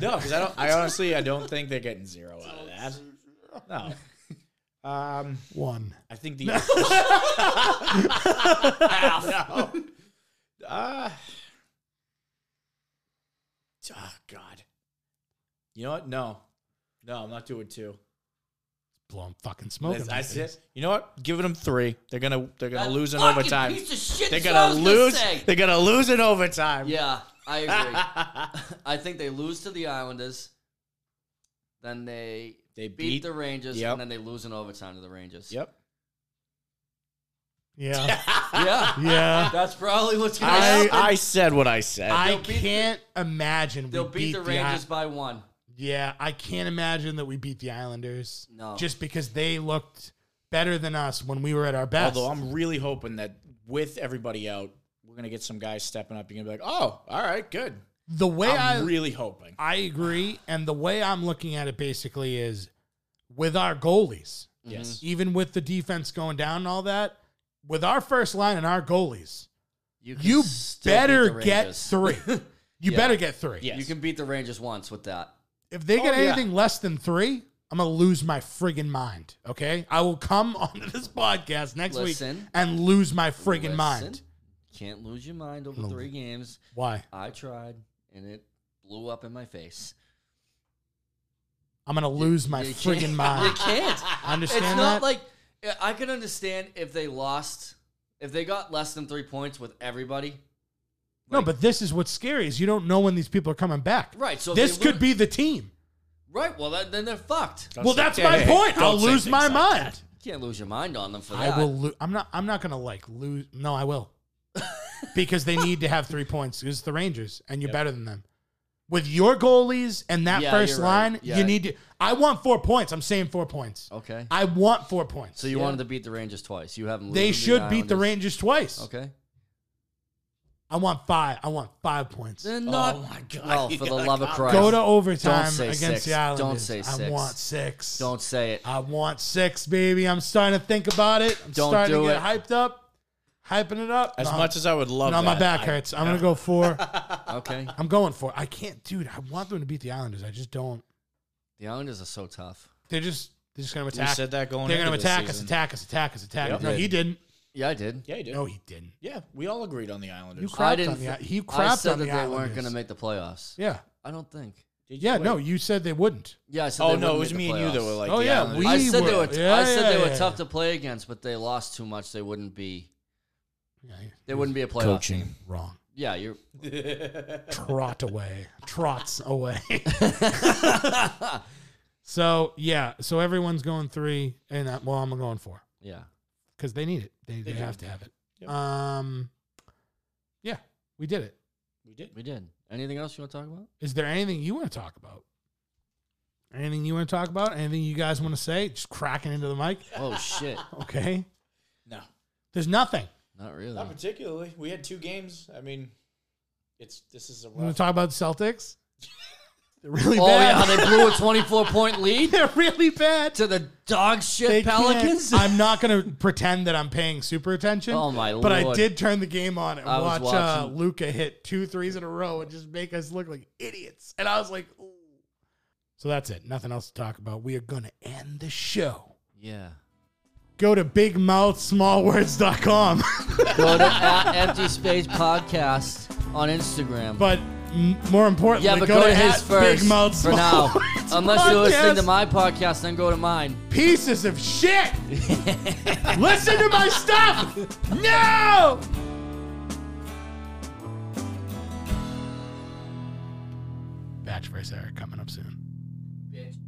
S5: No, because I don't. I honestly, I don't think they're getting zero out of that. No. Um,
S3: One.
S5: I think the. no. Ah. Ah, God. You know what? No, no, I'm not doing two.
S3: Blowing fucking smoke. in my
S5: That's
S3: face.
S5: it. You know what? Giving them three. They're gonna. They're gonna
S4: That
S5: lose in
S4: fucking
S5: overtime.
S4: piece of shit
S5: They're
S4: is what I
S5: gonna
S4: was
S5: lose.
S4: say.
S5: They're gonna lose in overtime.
S4: Yeah, I agree. I think they lose to the Islanders. Then they
S5: They
S4: beat,
S5: beat-
S4: the Rangers,
S5: Yep.
S4: and then they lose in overtime to the Rangers.
S5: Yep.
S3: Yeah.
S4: Yeah,
S3: Yeah.
S4: that's probably what's going to
S5: I,
S4: happen.
S5: I said what I said.
S3: I
S4: They'll beat the-
S3: can't imagine
S4: They'll
S3: we
S4: beat the Rangers by one.
S3: Yeah, I can't imagine that we beat the Islanders.
S4: No.
S3: Just because they looked better than us when we were at our best.
S5: Although I'm really hoping that with everybody out, we're gonna get some guys stepping up. You're gonna be like, oh, all right, good.
S3: the way i
S5: I'm really hoping.
S3: I agree. And the way I'm looking at it basically is with our goalies,
S5: Yes.
S3: even with the defense going down and all that, with our first line and our goalies,
S4: can
S3: you
S4: still beat the
S3: better
S4: Rangers.
S3: get three. You
S4: Yeah.
S3: better get three.
S5: Yes.
S4: You can beat the Rangers once with that.
S3: If they get
S5: Oh, yeah.
S3: anything less than three, I'm gonna lose my friggin' mind. Okay, I will come onto this podcast next week
S4: Listen.
S3: and lose my friggin'
S4: Listen,
S3: mind.
S4: Can't lose your mind over three games.
S3: Why?
S4: I tried, and it blew up in my face.
S3: I'm gonna lose my
S4: You
S3: friggin'
S4: can't- You
S3: mind.
S4: can't.
S3: Understand
S4: it's not
S3: that?
S4: like I can understand if they lost, if they got less than three points with everybody.
S3: no, but this is what's scary is you don't know when these people are coming back.
S4: Right, so if
S3: this
S4: they
S3: could
S4: lose-
S3: be the team.
S4: Right. Well, that, then they're fucked.
S5: Don't
S3: well,
S5: say-
S3: that's
S5: Hey,
S3: my
S5: hey, hey,
S3: point.
S5: don't
S3: I'll
S5: say
S3: lose
S5: things
S3: my
S5: like
S3: mind.
S5: that.
S4: You can't lose your mind on them for that.
S3: I will. Lo- I'm not. I'm not gonna like lose. No, I will, because they need to have three points. It's the Rangers, and you're better than them. With your goalies and that
S4: Yeah,
S3: first
S4: you're right.
S3: line,
S4: Yeah.
S3: you need to. I want four points. I'm saying four points.
S4: Okay.
S3: I want four points.
S4: so you wanted to beat the Rangers twice. You haven't.
S3: they should beat the
S4: Islanders.
S3: Rangers twice.
S4: Okay.
S3: I want five. I want five points.
S4: Then not.
S5: Oh my God,
S4: Well,
S5: you
S4: for the
S5: gotta
S4: love of
S5: calm
S4: Christ.
S3: Go to overtime
S4: Don't say
S3: against
S4: six.
S3: the Islanders.
S4: Don't say
S3: I
S4: six.
S3: want six.
S4: Don't say it.
S3: I want six, baby. I'm starting to think about it. I'm
S4: Don't
S3: starting
S4: do
S3: to get
S4: it.
S3: hyped up, hyping it up.
S5: As
S3: No,
S5: much as I would love
S3: no,
S5: that,
S3: my back
S5: I-
S3: hurts. I'm gonna go four.
S4: Okay.
S3: I'm going for. it. I can't, dude. I want them to beat the Islanders. I just don't.
S4: The Islanders are so tough.
S3: They're just they're just gonna
S5: You
S3: attack.
S5: said that going
S3: They're gonna
S5: into this
S3: attack us,
S5: season.
S3: attack us, attack us, attack us.
S5: Yep.
S3: No, he didn't.
S4: Yeah, I did.
S5: Yeah, you did.
S3: No, he didn't.
S5: Yeah, we all agreed on the
S3: You
S5: Islanders.
S3: crapped
S4: I didn't.
S3: on the.
S4: th-
S3: He crapped
S4: I said
S3: on
S4: that
S3: the
S4: they
S3: Islanders.
S4: weren't going to make the playoffs.
S3: Yeah,
S4: I don't think.
S5: Did you
S3: yeah.
S5: wait?
S3: No, you said they wouldn't.
S4: Yeah, I said.
S5: Oh
S4: they
S5: no,
S4: wouldn't
S5: it was
S4: make
S5: me
S4: the
S5: and you that were
S4: playoffs.
S5: like,
S3: Oh,
S5: the
S3: yeah,
S5: Islanders.
S3: we-
S4: I said they
S3: were-
S4: were. I
S3: yeah,
S4: said
S3: yeah,
S4: they were
S3: yeah,
S4: tough
S3: yeah.
S4: to play against, but they lost too much. They wouldn't be.
S3: Yeah,
S4: They wouldn't be a playoff team.
S5: coaching.
S3: wrong.
S4: Yeah, you're.
S3: Trot away, trots away. so yeah, so everyone's going three, and uh, well, I'm going four
S4: Yeah.
S3: because they need it. They, they have to have it. Um, yeah, we did it.
S5: We did.
S4: We did. Anything else you want to talk about?
S3: Is there anything you want to talk about? Anything you want to talk about? Anything you guys want to say? Just cracking into the mic.
S4: Oh shit.
S3: Okay.
S5: No.
S3: There's nothing.
S4: Not really.
S5: Not particularly. We had two games. I mean, it's this is a
S3: You want
S5: rough.
S3: to talk about the Celtics? They're really
S4: oh
S3: bad.
S4: yeah, how they blew a 24 point lead
S3: They're really bad.
S4: to the dog shit
S3: They can't-
S4: Pelicans.
S3: I'm not going to pretend that I'm paying super attention.
S4: Oh, my
S3: But I
S4: Lord.
S3: did turn the game on and
S4: I was
S3: watch uh,
S4: watching.
S3: Luca hit two threes in a row and just make us look like idiots. And I was like, ooh. So that's it. Nothing else to talk about. We are going to end the show.
S4: yeah.
S3: Go to bigmouthsmallwords.com.
S4: Go to at Empty Space Podcast on Instagram.
S3: but m- more importantly,
S4: yeah, but
S3: go, to
S4: his
S3: at
S4: first
S3: Big Mouth
S4: for now.
S3: Smallwords
S4: Unless you're listening to
S3: podcast.
S4: my podcast, then go to mine.
S3: Pieces of shit. Listen to my stuff. No. Batch versus Eric coming up soon.
S4: Bitch.